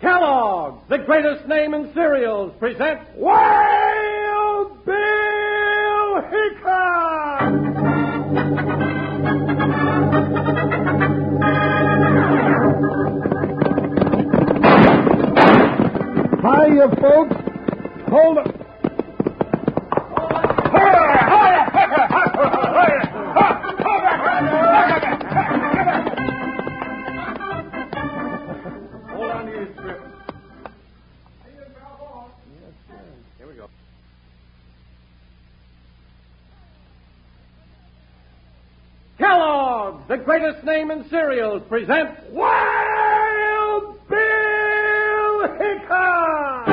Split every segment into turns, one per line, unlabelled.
Kellogg's, the greatest name in cereals, presents Wild Bill Hickok!
Hiya, folks. Hold it.
Hold on to your strip. Here we go. Kellogg's, the greatest name in cereals, presents Wild Bill Hickok!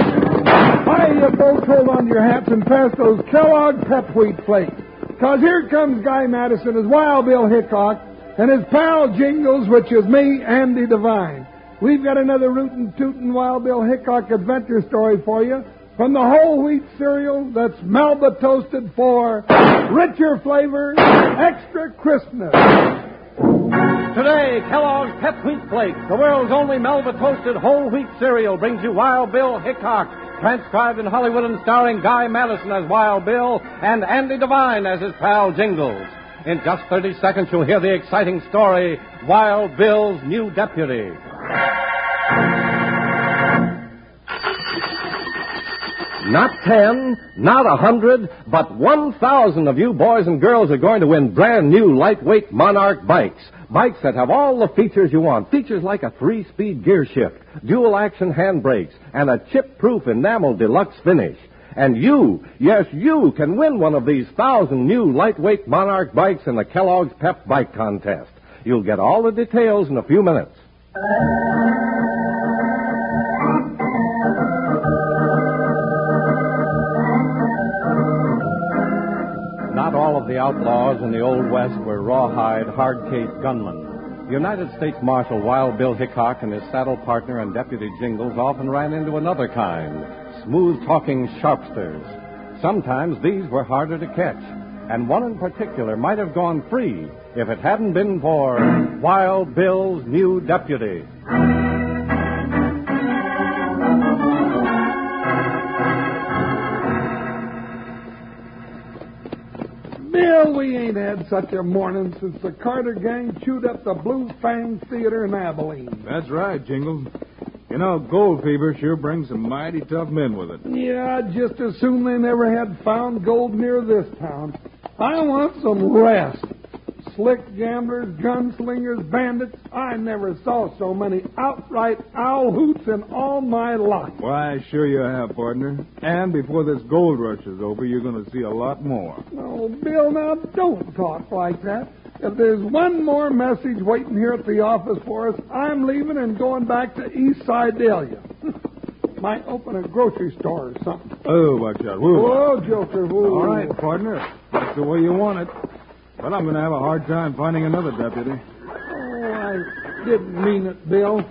Hiya, folks. Hold on to your hats and pass those Kellogg Pep Wheat Flakes. Because here comes Guy Madison as Wild Bill Hickok and his pal Jingles, which is me, Andy Devine. We've got another rootin' tootin' Wild Bill Hickok adventure story for you from the whole wheat cereal that's Melba toasted for richer flavor, extra crispness.
Today, Kellogg's Pep Wheat Flakes, the world's only Melba toasted whole wheat cereal, brings you Wild Bill Hickok, transcribed in Hollywood and starring Guy Madison as Wild Bill and Andy Devine as his pal Jingles. In just 30 seconds, you'll hear the exciting story Wild Bill's New Deputy. Not ten, not a hundred, but one thousand of you boys and girls are going to win brand new lightweight Monarch bikes. Bikes that have all the features you want. Features like a three-speed gear shift, dual action handbrakes, and a chip-proof enamel deluxe finish. And you, yes, you can win one of these thousand new lightweight Monarch bikes in the Kellogg's Pep Bike Contest. You'll get all the details in a few minutes. Not all of the outlaws in the Old West were rawhide, hard-cased gunmen. United States Marshal Wild Bill Hickok and his saddle partner and deputy Jingles often ran into another kind, smooth-talking sharpsters. Sometimes these were harder to catch, and one in particular might have gone free if it hadn't been for Wild Bill's new deputy.
Bill, we ain't had such a morning since the Carter gang chewed up the Blue Fang Theater in Abilene.
That's right, Jingles. You know, gold fever sure brings some mighty tough men with it.
Yeah, I'd just as soon they never had found gold near this town. I want some rest. Slick gamblers, gunslingers, bandits. I never saw so many outright owl hoots in all my life.
Why, sure you have, partner. And before this gold rush is over, you're going to see a lot more.
Oh, Bill, now don't talk like that. If there's one more message waiting here at the office for us, I'm leaving and going back to East Sidalia. Might open a grocery store or something.
Oh, watch out. Woo.
Whoa, Oh, Joker. Whoa.
All right, partner. That's the way you want it. But I'm going to have a hard time finding another deputy.
Oh, I didn't mean it, Bill.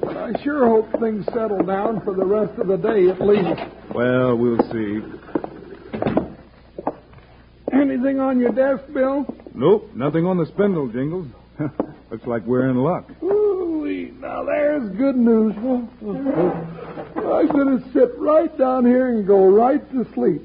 But I sure hope things settle down for the rest of the day at least.
Well, we'll see.
Anything on your desk, Bill?
Nope, nothing on the spindle, Jingles. Looks like we're in luck.
Ooh, now there's good news. I'm going to sit right down here and go right to sleep.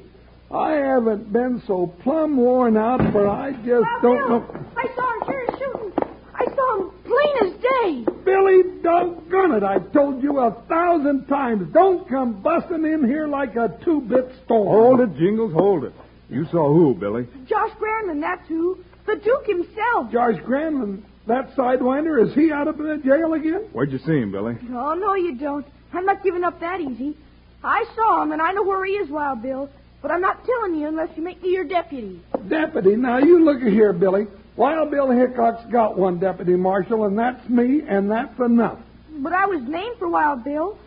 I haven't been so plumb worn out, but I just
Well,
don't
Bill,
know.
I saw him here shooting. I saw him plain as day.
Billy, doggone it. I told you a thousand times. Don't come busting in here like a two bit storm.
Hold it, Jingles, hold it. You saw who, Billy?
Josh Granman, that's who. The Duke himself.
Josh Granlin, that sidewinder, is he out of the jail again?
Where'd you see him, Billy?
Oh, no, you don't. I'm not giving up that easy. I saw him, and I know where he is, Wild Bill. But I'm not telling you unless you make me your deputy.
Deputy, now you look here, Billy. Wild Bill Hickok's got one deputy marshal, and that's me, and that's enough.
But I was named for Wild Bill.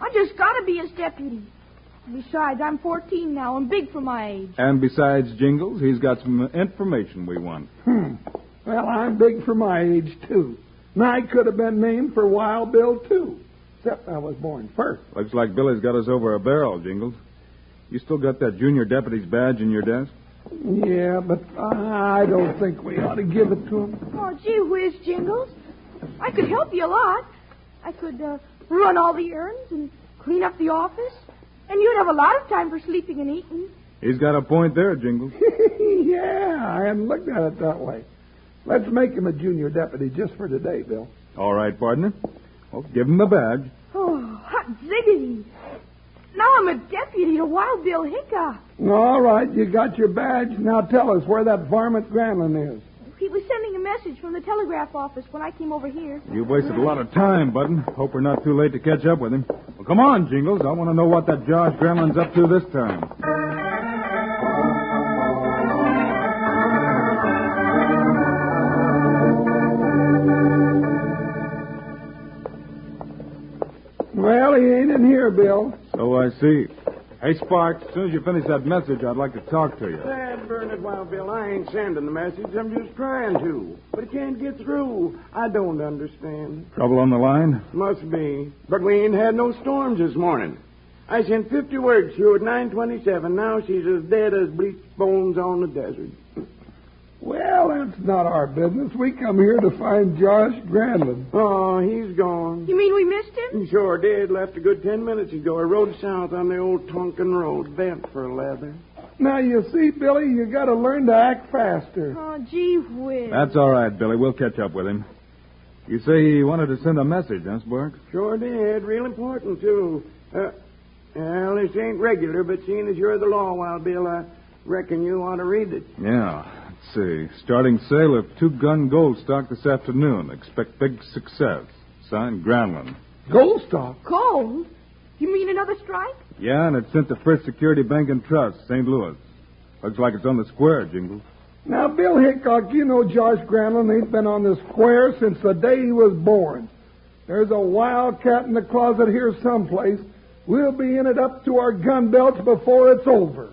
I just gotta be his deputy. Besides, I'm 14 now and big for my age.
And besides Jingles, he's got some information we want.
Hmm. Well, I'm big for my age, too. And I could have been named for Wild Bill, too. Except I was born first.
Looks like Billy's got us over a barrel, Jingles. You still got that junior deputy's badge in your desk?
Yeah, but I don't think we ought to give it to him.
Oh, gee whiz, Jingles. I could help you a lot. I could uh, run all the errands and clean up the office. And you'd have a lot of time for sleeping and eating.
He's got a point there, Jingles.
yeah, I hadn't looked at it that way. Let's make him a junior deputy just for today, Bill.
All right, partner. Well, give him a badge.
Oh, hot ziggity. Now I'm a deputy to Wild Bill Hickok.
All right, you got your badge. Now tell us where that varmint Granlin is.
He was sending a message from the telegraph office when I came over here.
You've wasted a lot of time, Button. Hope we're not too late to catch up with him. Well, come on, Jingles. I want to know what that Josh Gremlin's up to this time.
Well, he ain't in here, Bill.
So I see. Hey, Sparks, as soon as you finish that message, I'd like to talk to you.
Dad, burn it, Wild Bill. I ain't sending the message. I'm just trying to. But it can't get through. I don't understand.
Trouble on the line?
Must be. But we ain't had no storms this morning. I sent 50 words through at 927. Now she's as dead as bleached bones on the desert.
Well, that's not our business. We come here to find Josh Granlin.
Oh, he's gone.
You mean we missed him?
He sure did. Left a good ten minutes ago. I rode south on the old Tonkin Road. Bent for leather.
Now, you see, Billy, you got to learn to act faster.
Oh, gee whiz.
That's all right, Billy. We'll catch up with him. You say he wanted to send a message, huh, Sparks?
Sure did. Real important, too. Uh, well, this ain't regular, but seeing as you're the law, Wild Bill, I reckon you ought to read it.
Yeah. Let's see. Starting sale of two gun gold stock this afternoon. Expect big success. Signed Granlin.
Gold stock.
Cold? You mean another strike?
Yeah, and it's sent to First Security Bank and Trust, St. Louis. Looks like it's on the square, Jingles.
Now, Bill Hickok, you know Josh Granlin ain't been on the square since the day he was born. There's a wildcat in the closet here someplace. We'll be in it up to our gun belts before it's over.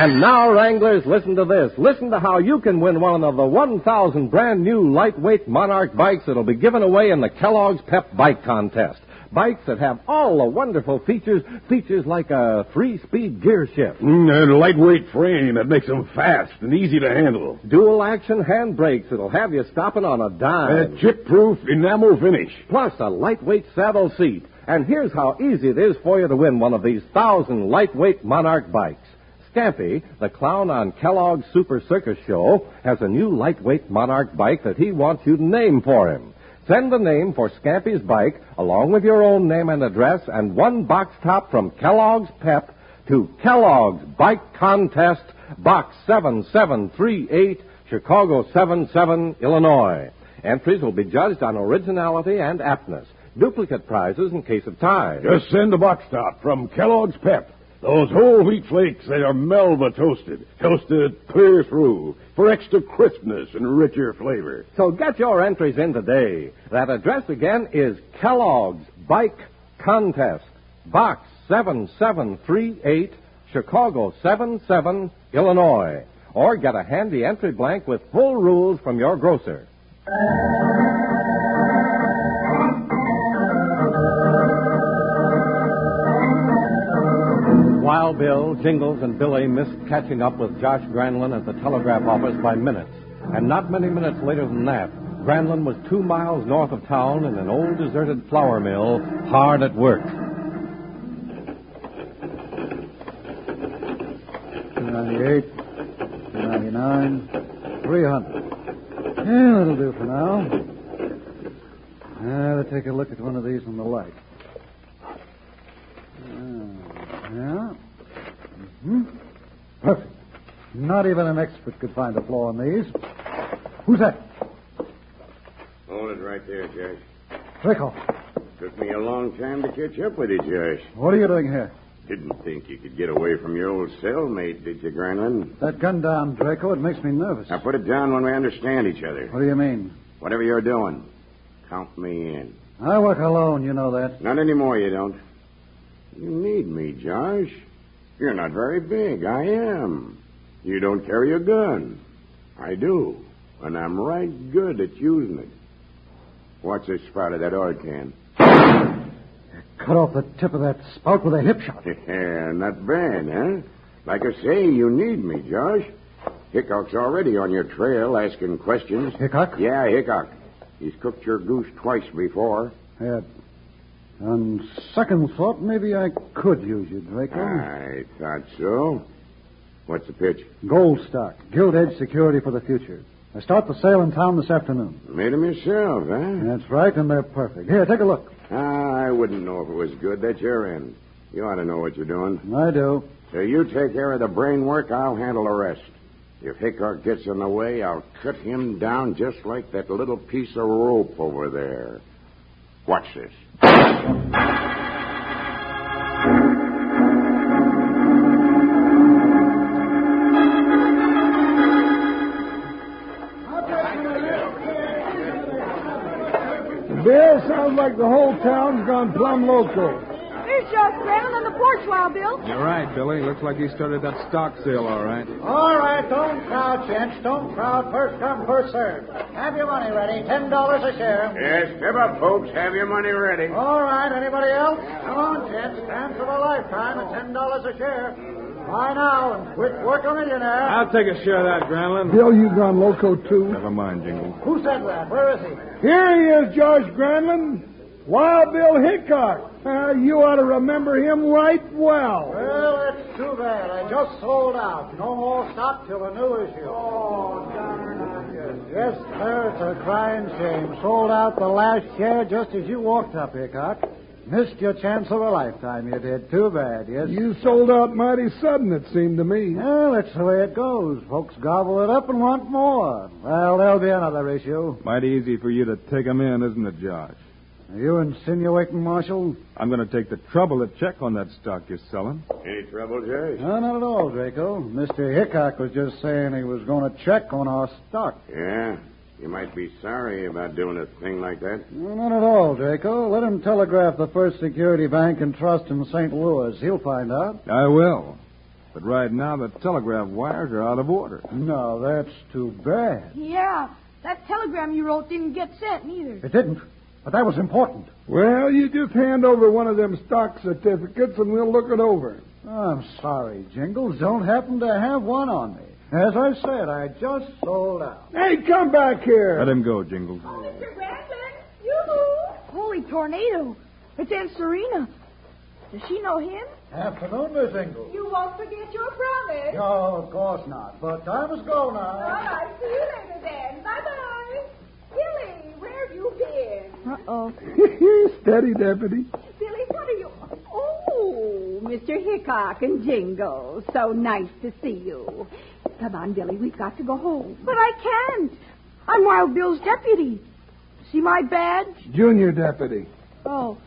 And now, Wranglers, listen to this. Listen to how you can win one of the 1,000 brand new lightweight Monarch bikes that'll be given away in the Kellogg's Pep Bike Contest. Bikes that have all the wonderful features, features like a three-speed gear shift,
Mm, a lightweight frame that makes them fast and easy to handle.
dual-action handbrakes that'll have you stopping on a dime,
A chip-proof enamel finish.
plus a lightweight saddle seat. And here's how easy it is for you to win one of these thousand lightweight Monarch bikes. Stampy, the clown on Kellogg's Super Circus Show, has a new lightweight Monarch bike that he wants you to name for him. Send the name for Scampy's bike, along with your own name and address, and one box top from Kellogg's Pep to Kellogg's Bike Contest, Box 7738, Chicago 77, Illinois. Entries will be judged on originality and aptness. Duplicate prizes in case of tie.
Just send a box top from Kellogg's Pep. Those whole wheat flakes, they are Melba toasted. Toasted clear through for extra crispness and richer flavor.
So get your entries in today. That address again is Kellogg's Bike Contest, Box 7738, Chicago 77, Illinois. Or get a handy entry blank with full rules from your grocer. While Bill, Jingles, and Billy missed catching up with Josh Granlin at the telegraph office by minutes, and not many minutes later than that, Granlin was two miles north of town in an old deserted flour mill, hard at work.
Ninety-eight, ninety-nine, 300. Yeah, that'll do for now. Now, let's take a look at one of these on the light. Uh, yeah. hmm Perfect. Not even an expert could find a flaw in these. Who's that?
Hold it right there, Josh.
Rickle.
Took me a long time to catch up with you, Josh.
What are you doing here?
Didn't think you could get away from your old cellmate, did you, Granlund?
That gun down, Draco, it makes me nervous.
Now put it down when we understand each other.
What do you mean?
Whatever you're doing, count me in.
I work alone, you know that.
Not anymore, you don't. You need me, Josh. You're not very big. I am. You don't carry a gun. I do. and I'm right good at using it. Watch this spout of that oil can.
Cut off the tip of that spout with a hip shot.
Not bad, huh? Like I say, you need me, Josh. Hickok's already on your trail asking questions.
Hickok?
Yeah, Hickok. He's cooked your goose twice before.
Yeah. On second thought, maybe I could use you, Draco.
I thought so. What's the pitch?
Gold stock, gilt edge security for the future. I start the sale in town this afternoon.
Made him yourself, huh?
That's right, and they're perfect. Here, take a look.
Ah, I wouldn't know if it was good. That's your end. You ought to know what you're doing.
I do.
So you take care of the brain work, I'll handle the rest. If Hickok gets in the way, I'll cut him down just like that little piece of rope over there. Watch this.
Bill, sounds like the whole town's gone plumb loco.
There's Josh Granlin on the porch, Wild Bill.
You're right, Billy. Looks like he started that stock sale all right.
All right, don't crowd, gents. Don't crowd. First come, first served. Have your money ready. Ten dollars a share.
Yes, step up, folks. Have your money ready.
All right, anybody else? Come on, gents. Stand for a lifetime at ten dollars a share. Buy now and quit work a millionaire.
I'll take a share of that, Granlin.
Bill, you gone loco too?
Never mind, Jingle.
Who said that? Where is he?
Here he is, Josh Granlund. Wild Bill Hickok. Uh, you ought to remember him right well.
Well, that's too bad. I just sold out. No more stock till the new issue. Oh, darn Yes, sir. It's a crying shame. Sold out the last share just as you walked up, Hickok. Missed your chance of a lifetime, you did. Too bad, yes.
You sold out mighty sudden, it seemed to me.
Well, that's the way it goes. Folks gobble it up and want more. Well, there'll be another issue.
Mighty easy for you to take him in, isn't it, Josh?
Are you insinuating, Marshal?
I'm going to take the trouble to check on that stock you're selling.
Any trouble, Josh?
No, not at all, Draco. Mr. Hickok was just saying he was going to check on our stock.
Yeah. You might be sorry about doing a thing like that.
No, not at all, Draco. Let him telegraph the First Security Bank and Trust in St. Louis. He'll find out.
I will. But right now, the telegraph wires are out of order.
No, that's too bad.
Yeah, that telegram you wrote didn't get sent neither.
It didn't, but that was important.
Well, you just hand over one of them stock certificates and we'll look it over.
I'm sorry, Jingles. Don't happen to have one on me. As I said, I just sold out.
Hey, come back here.
Let him go, Jingles.
Oh, Mr. Granlin, you Holy tornado. It's Aunt Serena. Does she know him?
Afternoon, Miss Jingles.
You won't forget your promise.
No, Oh, of course not. But time is go now.
right, see you later then. Bye-bye. Billy, where have you been? Uh-oh.
Steady, Deputy.
Billy, what are you...
Oh, Mr. Hickok and Jingle, so nice to see you. Come on, Billy, we've got to go home.
But I can't. I'm Wild Bill's deputy. See my badge?
Junior Deputy.
Oh,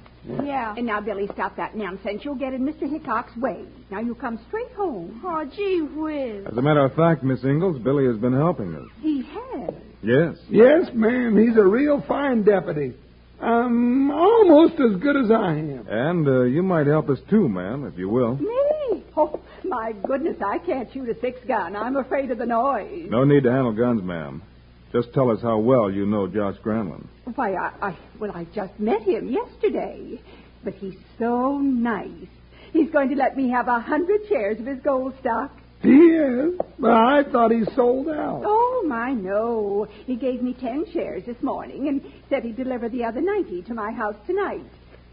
yeah.
And now, Billy, stop that nonsense. You'll get in Mr. Hickok's way. Now you come straight home.
Oh, gee whiz.
As a matter of fact, Miss Ingalls, Billy has been helping us.
He has.
Yes.
Yes, ma'am. He's a real fine deputy. Um, almost as good as I am.
And uh, you might help us too, ma'am, if you will.
Me? Oh, my goodness, I can't shoot a six gun. I'm afraid of the noise.
No need to handle guns, ma'am. Just tell us how well you know Josh Granlund.
Why, I, I, well, I just met him yesterday. But he's so nice. He's going to let me have a hundred shares of his gold stock.
He is. But I thought he sold out.
Oh, my, no. He gave me ten shares this morning and said he'd deliver the other 90 to my house tonight.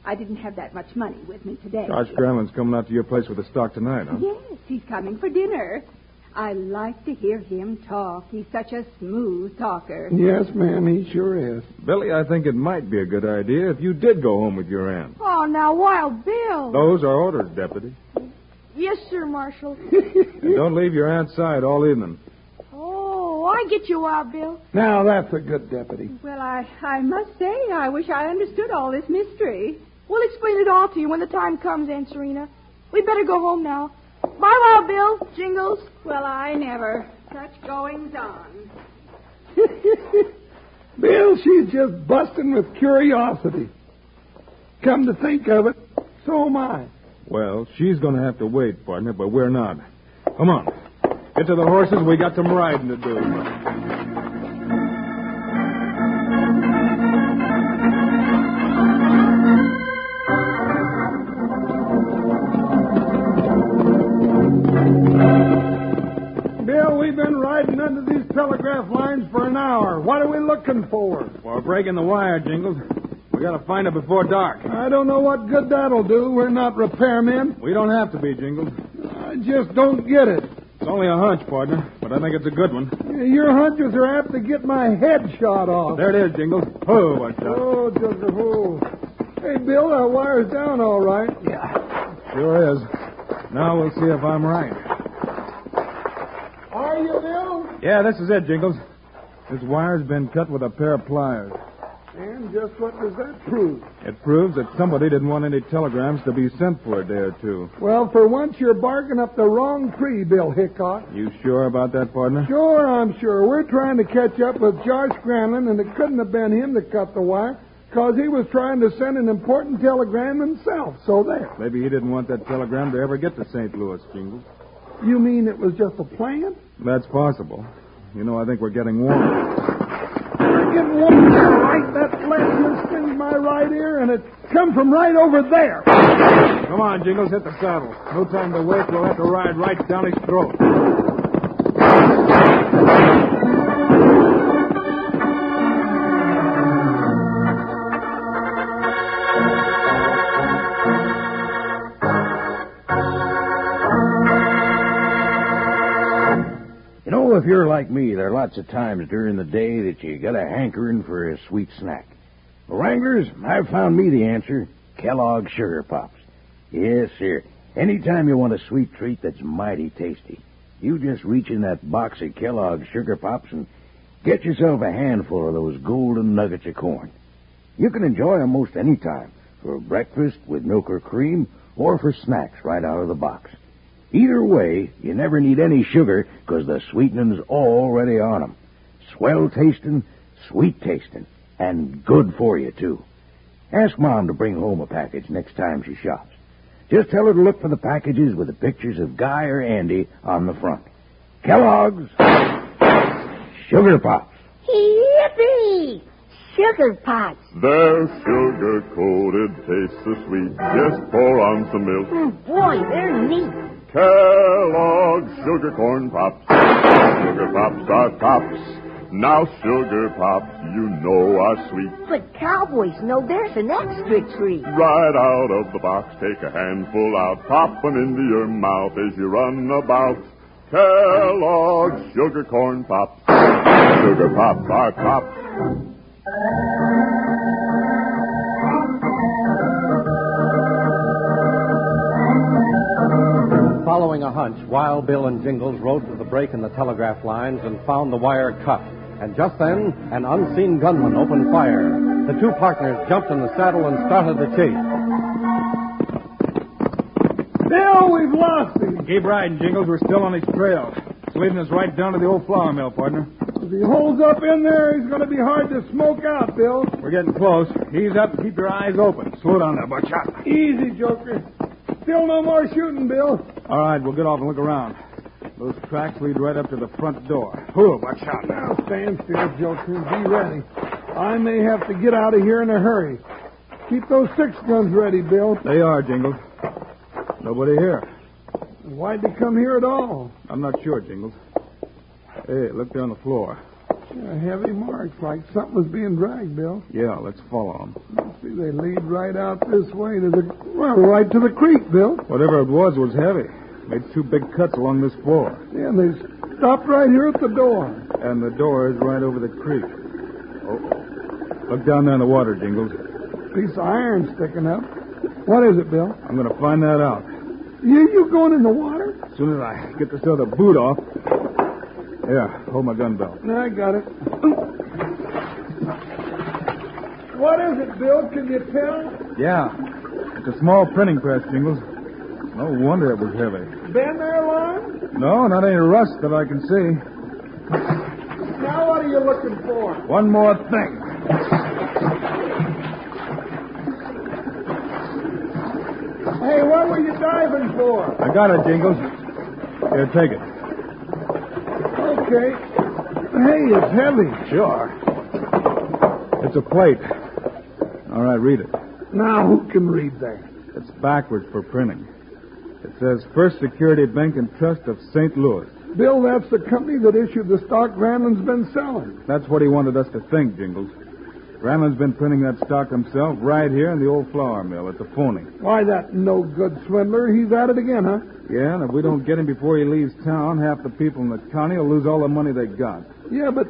I didn't have that much money with me today.
Josh Granlund's coming out to your place with the stock tonight, huh?
Yes, he's coming for dinner. I like to hear him talk. He's such a smooth talker.
Yes, ma'am. He sure is.
Billy, I think it might be a good idea if you did go home with your aunt.
Oh, now, Wild Bill.
Those are orders, Deputy.
Yes, sir, Marshal.
And don't leave your aunt's side all evening.
oh, I get you, Wild Bill.
Now that's a good deputy.
Well, I, I must say, I wish I understood all this mystery.
We'll explain it all to you when the time comes, Aunt Serena. We'd better go home now. Bye, Wild Bill. Jingles.
Well, I never. Such goings on.
Bill, she's just busting with curiosity. Come to think of it, so am I.
Well, she's going to have to wait, partner, but we're not. Come on. Get to the horses. We got some riding to do.
riding under these telegraph lines for an hour. What are we looking for?
We're breaking the wire, Jingles. We gotta find it before dark.
I don't know what good that'll do. We're not repairmen.
We don't have to be, Jingles.
I just don't get it.
It's only a hunch, partner, but I think it's a good one.
Your hunters are apt to get my head shot off.
There it is, Jingles. Oh, what shot.
Oh, just a hole. Hey, Bill, that wire's down all right.
Sure is. Now we'll see if I'm right.
Are you, Bill?
Yeah, this is it, Jingles. This wire's been cut with a pair of pliers.
And just what does that prove?
It proves that somebody didn't want any telegrams to be sent for a day or two.
Well, for once, you're barking up the wrong tree, Bill Hickok.
You sure about that, partner?
Sure, I'm sure. We're trying to catch up with Josh Granlin, and it couldn't have been him that cut the wire, because he was trying to send an important telegram himself. So there.
Maybe he didn't want that telegram to ever get to St. Louis, Jingles.
You mean it was just a plan?
That's possible. You know, I think we're getting warm.
I get one right that last one stings my right ear, and it come from right over there.
Come on, Jingles, hit the saddle. No time to wait. We'll have to ride right down his throat.
You know, if you're like me, there are lots of times during the day that you got a hankering for a sweet snack. Well, Wranglers, I've found me the answer Kellogg's Sugar Pops. Yes, sir. Anytime you want a sweet treat that's mighty tasty, you just reach in that box of Kellogg's Sugar Pops and get yourself a handful of those golden nuggets of corn. You can enjoy 'em most any time for breakfast with milk or cream or for snacks right out of the box. Either way, you never need any sugar 'cause the sweetenin's already on 'em. Swell tasting, sweet tasting, and good for you, too. Ask Mom to bring home a package next time she shops. Just tell her to look for the packages with the pictures of Guy or Andy on the front. Kellogg's Sugar Pops.
Yippee! Sugar pots.
Their sugar coated tastes so sweet. Just pour on some milk.
Mm, boy, they're neat.
Kellogg's sugar corn pops. Sugar pops are tops. Now sugar pops, you know are sweet.
But cowboys know there's an extra treat.
Right out of the box, take a handful out, pop 'em into your mouth as you run about. Kellogg's sugar corn pops. Sugar pops are tops.
Following a hunch, Wild Bill and Jingles rode to the break in the telegraph lines and found the wire cut. And just then, an unseen gunman opened fire. The two partners jumped in the saddle and started the chase.
Bill, Oh, we've lost him.
Keep riding, Jingles. We're still on his trail. It's leading us right down to the old flour mill, partner.
If he holds up in there, he's going to be hard to smoke out, Bill.
We're getting close. Ease up and keep your eyes open. Slow down there, Buckshot.
Easy, Joker. Still no more shooting, Bill.
All right, we'll get off and look around. Those tracks lead right up to the front door. Whoa, Buckshot.
Now stand still, Joker. Be ready. I may have to get out of here in a hurry. Keep those six guns ready, Bill.
They are, Jingles. Nobody here.
Why'd they come here at all?
I'm not sure, Jingles. Hey, look there on the floor.
Yeah, heavy marks, like something was being dragged, Bill.
Yeah, let's follow them.
See, they lead right out this way to the well, right to the creek, Bill.
Whatever it was was heavy. Made two big cuts along this floor.
Yeah, and they stopped right here at the door.
And the door is right over the creek. Oh. Look down there in the water, Jingles.
Piece of iron sticking up. What is it, Bill?
I'm going to find that out.
You you going in the water?
As soon as I get this other boot off. Yeah, hold my gun belt.
No, I got it. What is it, Bill? Can you tell?
Yeah. It's a small printing press, Jingles. No wonder it was heavy.
Been there long?
No, not any rust that I can see.
Now what are you looking for?
One more thing.
Hey, what were you diving for?
I got it, Jingles. Here, take it.
Okay. Hey, it's heavy.
Sure. It's a plate. All right, read it.
Now who can read that?
It's backwards for printing. It says First Security Bank and Trust of St. Louis.
Bill, that's the company that issued the stock Granlund's been selling.
That's what he wanted us to think, Jingles. Granlund's been printing that stock himself right here in the old flour mill at the phony.
Why, that no good swindler, he's at it again, huh?
Yeah, and if we don't get him before he leaves town, half the people in the county will lose all the money they got.
Yeah, but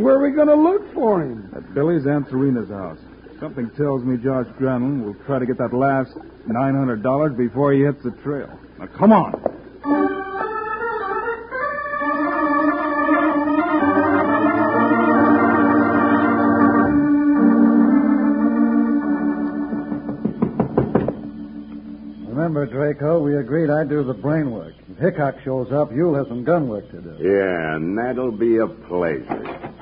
where are we going to look for him?
At Billy's Aunt Serena's house. Something tells me Josh Granlund will try to get that last $900 before he hits the trail. Now, come on.
Remember, Draco, we agreed I'd do the brain work. If Hickok shows up, you'll have some gun work to do.
Yeah, and that'll be a pleasure.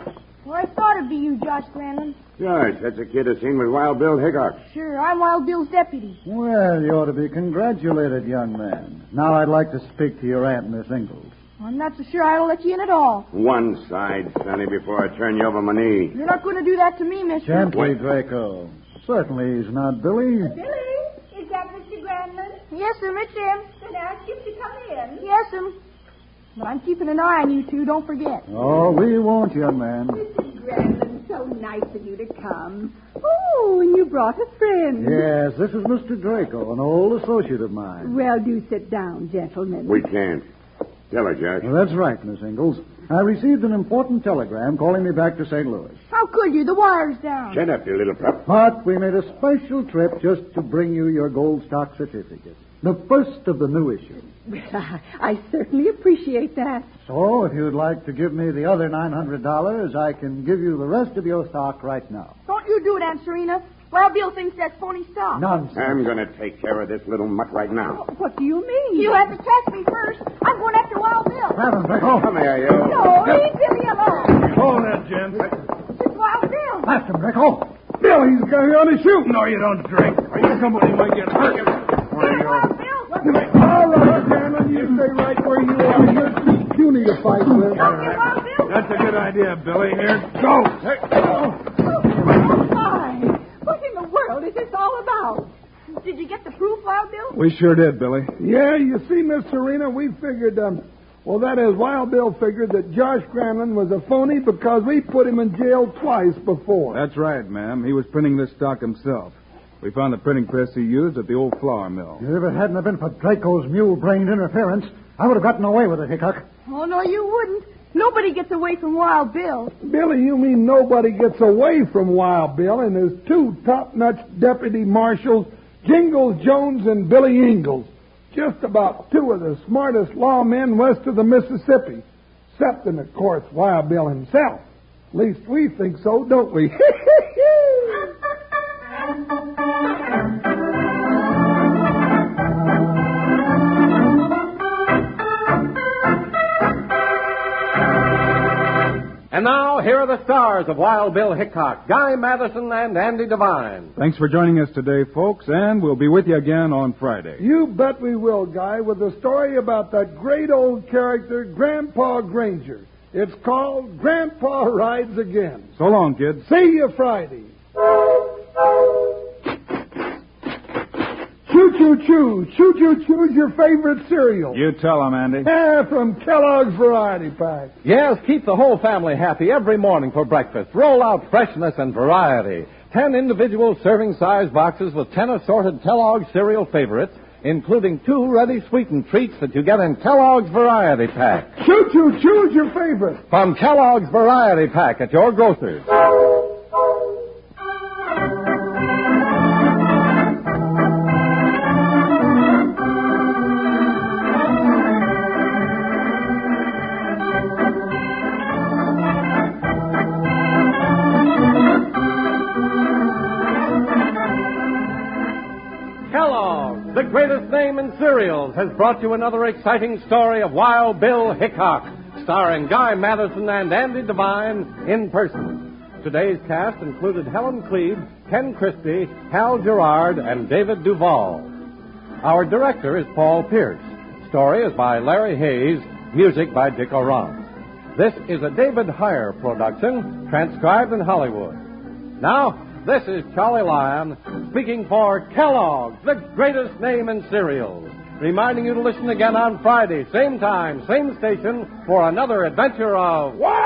Well, I thought it'd be you, Josh Granlund.
Gosh, that's a kid that's seen with Wild Bill Hickok.
Sure, I'm Wild Bill's deputy.
Well, you ought to be congratulated, young man. Now I'd like to speak to your aunt, Miss Ingalls.
I'm not so sure I'll let you in at all.
One side, Sonny, before I turn you over my knee.
You're not going to do that to me, mister.
Gently, Draco. Certainly he's not Billy.
Billy, is that Mr. Granlund?
Yes, sir, it's him.
Then ask him to come in.
Yes, sir. But I'm keeping an eye on you two, don't forget.
Oh, we won't, young man.
Mrs. Granlund, so nice of you to come. Oh, and you brought a friend.
Yes, this is Mr. Draco, an old associate of mine.
Well, do sit down, gentlemen.
We can't. Tell her, Josh.
Well, that's right, Miss Ingalls. I received an important telegram calling me back to St. Louis.
How could you? The wire's down.
Shut up, you little pup.
But we made a special trip just to bring you your gold stock certificate. The first of the new issue.
Well, I, I certainly appreciate that.
So, if you'd like to give me the other $900, I can give you the rest of your stock right now.
Don't you do it, Aunt Serena. Wild Bill thinks that's phony stock.
Nonsense.
I'm going to take care of this little mutt right now.
What do you mean?
You have to catch me first. I'm going after Wild Bill.
Heaven, Draco.
Come here, you.
No, leave Billy alone.
Hold that, gents.
It's Wild Bill.
Blast him, Draco.
Bill, he's got on his shoe.
No, you don't drink. Or you somebody might get hurt.
Hey, Wild Bill. Don't
All right, Granlund, you stay right where you are. You're too puny to fight with.
you, Wild Bill?
That's a good idea, Billy. Here goes.
Oh, my. What in the world is this all about?
Did you get the proof, Wild Bill?
We sure did, Billy.
Yeah, you see, Miss Serena, we figured, um, well, that is, Wild Bill figured that Josh Granlund was a phony because we put him in jail twice before.
That's right, ma'am. He was printing this stock himself. We found the printing press he used at the old flour mill.
If it hadn't have been for Draco's mule-brained interference, I would have gotten away with it, Hickok.
Oh, no, you wouldn't. Nobody gets away from Wild Bill.
Billy, you mean nobody gets away from Wild Bill and his two top-notch deputy marshals, Jingles Jones and Billy Ingalls. Just about two of the smartest lawmen west of the Mississippi. Excepting, of course, Wild Bill himself. At least we think so, don't we?
And now, here are the stars of Wild Bill Hickok, Guy Madison, and Andy Devine.
Thanks for joining us today, folks, and we'll be with you again on Friday.
You bet we will, Guy, with a story about that great old character, Grandpa Granger. It's called Grandpa Rides Again.
So long, kids.
See you Friday. Choo choo choo. Choo choo choo's your favorite cereal.
You tell them, Andy.
Yeah, from Kellogg's Variety Pack.
Yes, keep the whole family happy every morning for breakfast. Roll out freshness and variety. Ten individual serving size boxes with ten assorted Kellogg's cereal favorites, including two ready sweetened treats that you get in Kellogg's Variety Pack.
Choo choo choo's your favorite.
From Kellogg's Variety Pack at your grocer's. Kellogg, the greatest name in cereals, has brought you another exciting story of Wild Bill Hickok, starring Guy Madison and Andy Devine in person. Today's cast included Helen Cleve, Ken Christie, Hal Gerard, and David Duval. Our director is Paul Pierce. Story is by Larry Hayes, music by Dick Oran. This is a David Heyer production, transcribed in Hollywood. Now, this is Charlie Lyon speaking for Kellogg, the greatest name in cereals. reminding you to listen again on Friday, same time, same station, for another adventure of. Wild!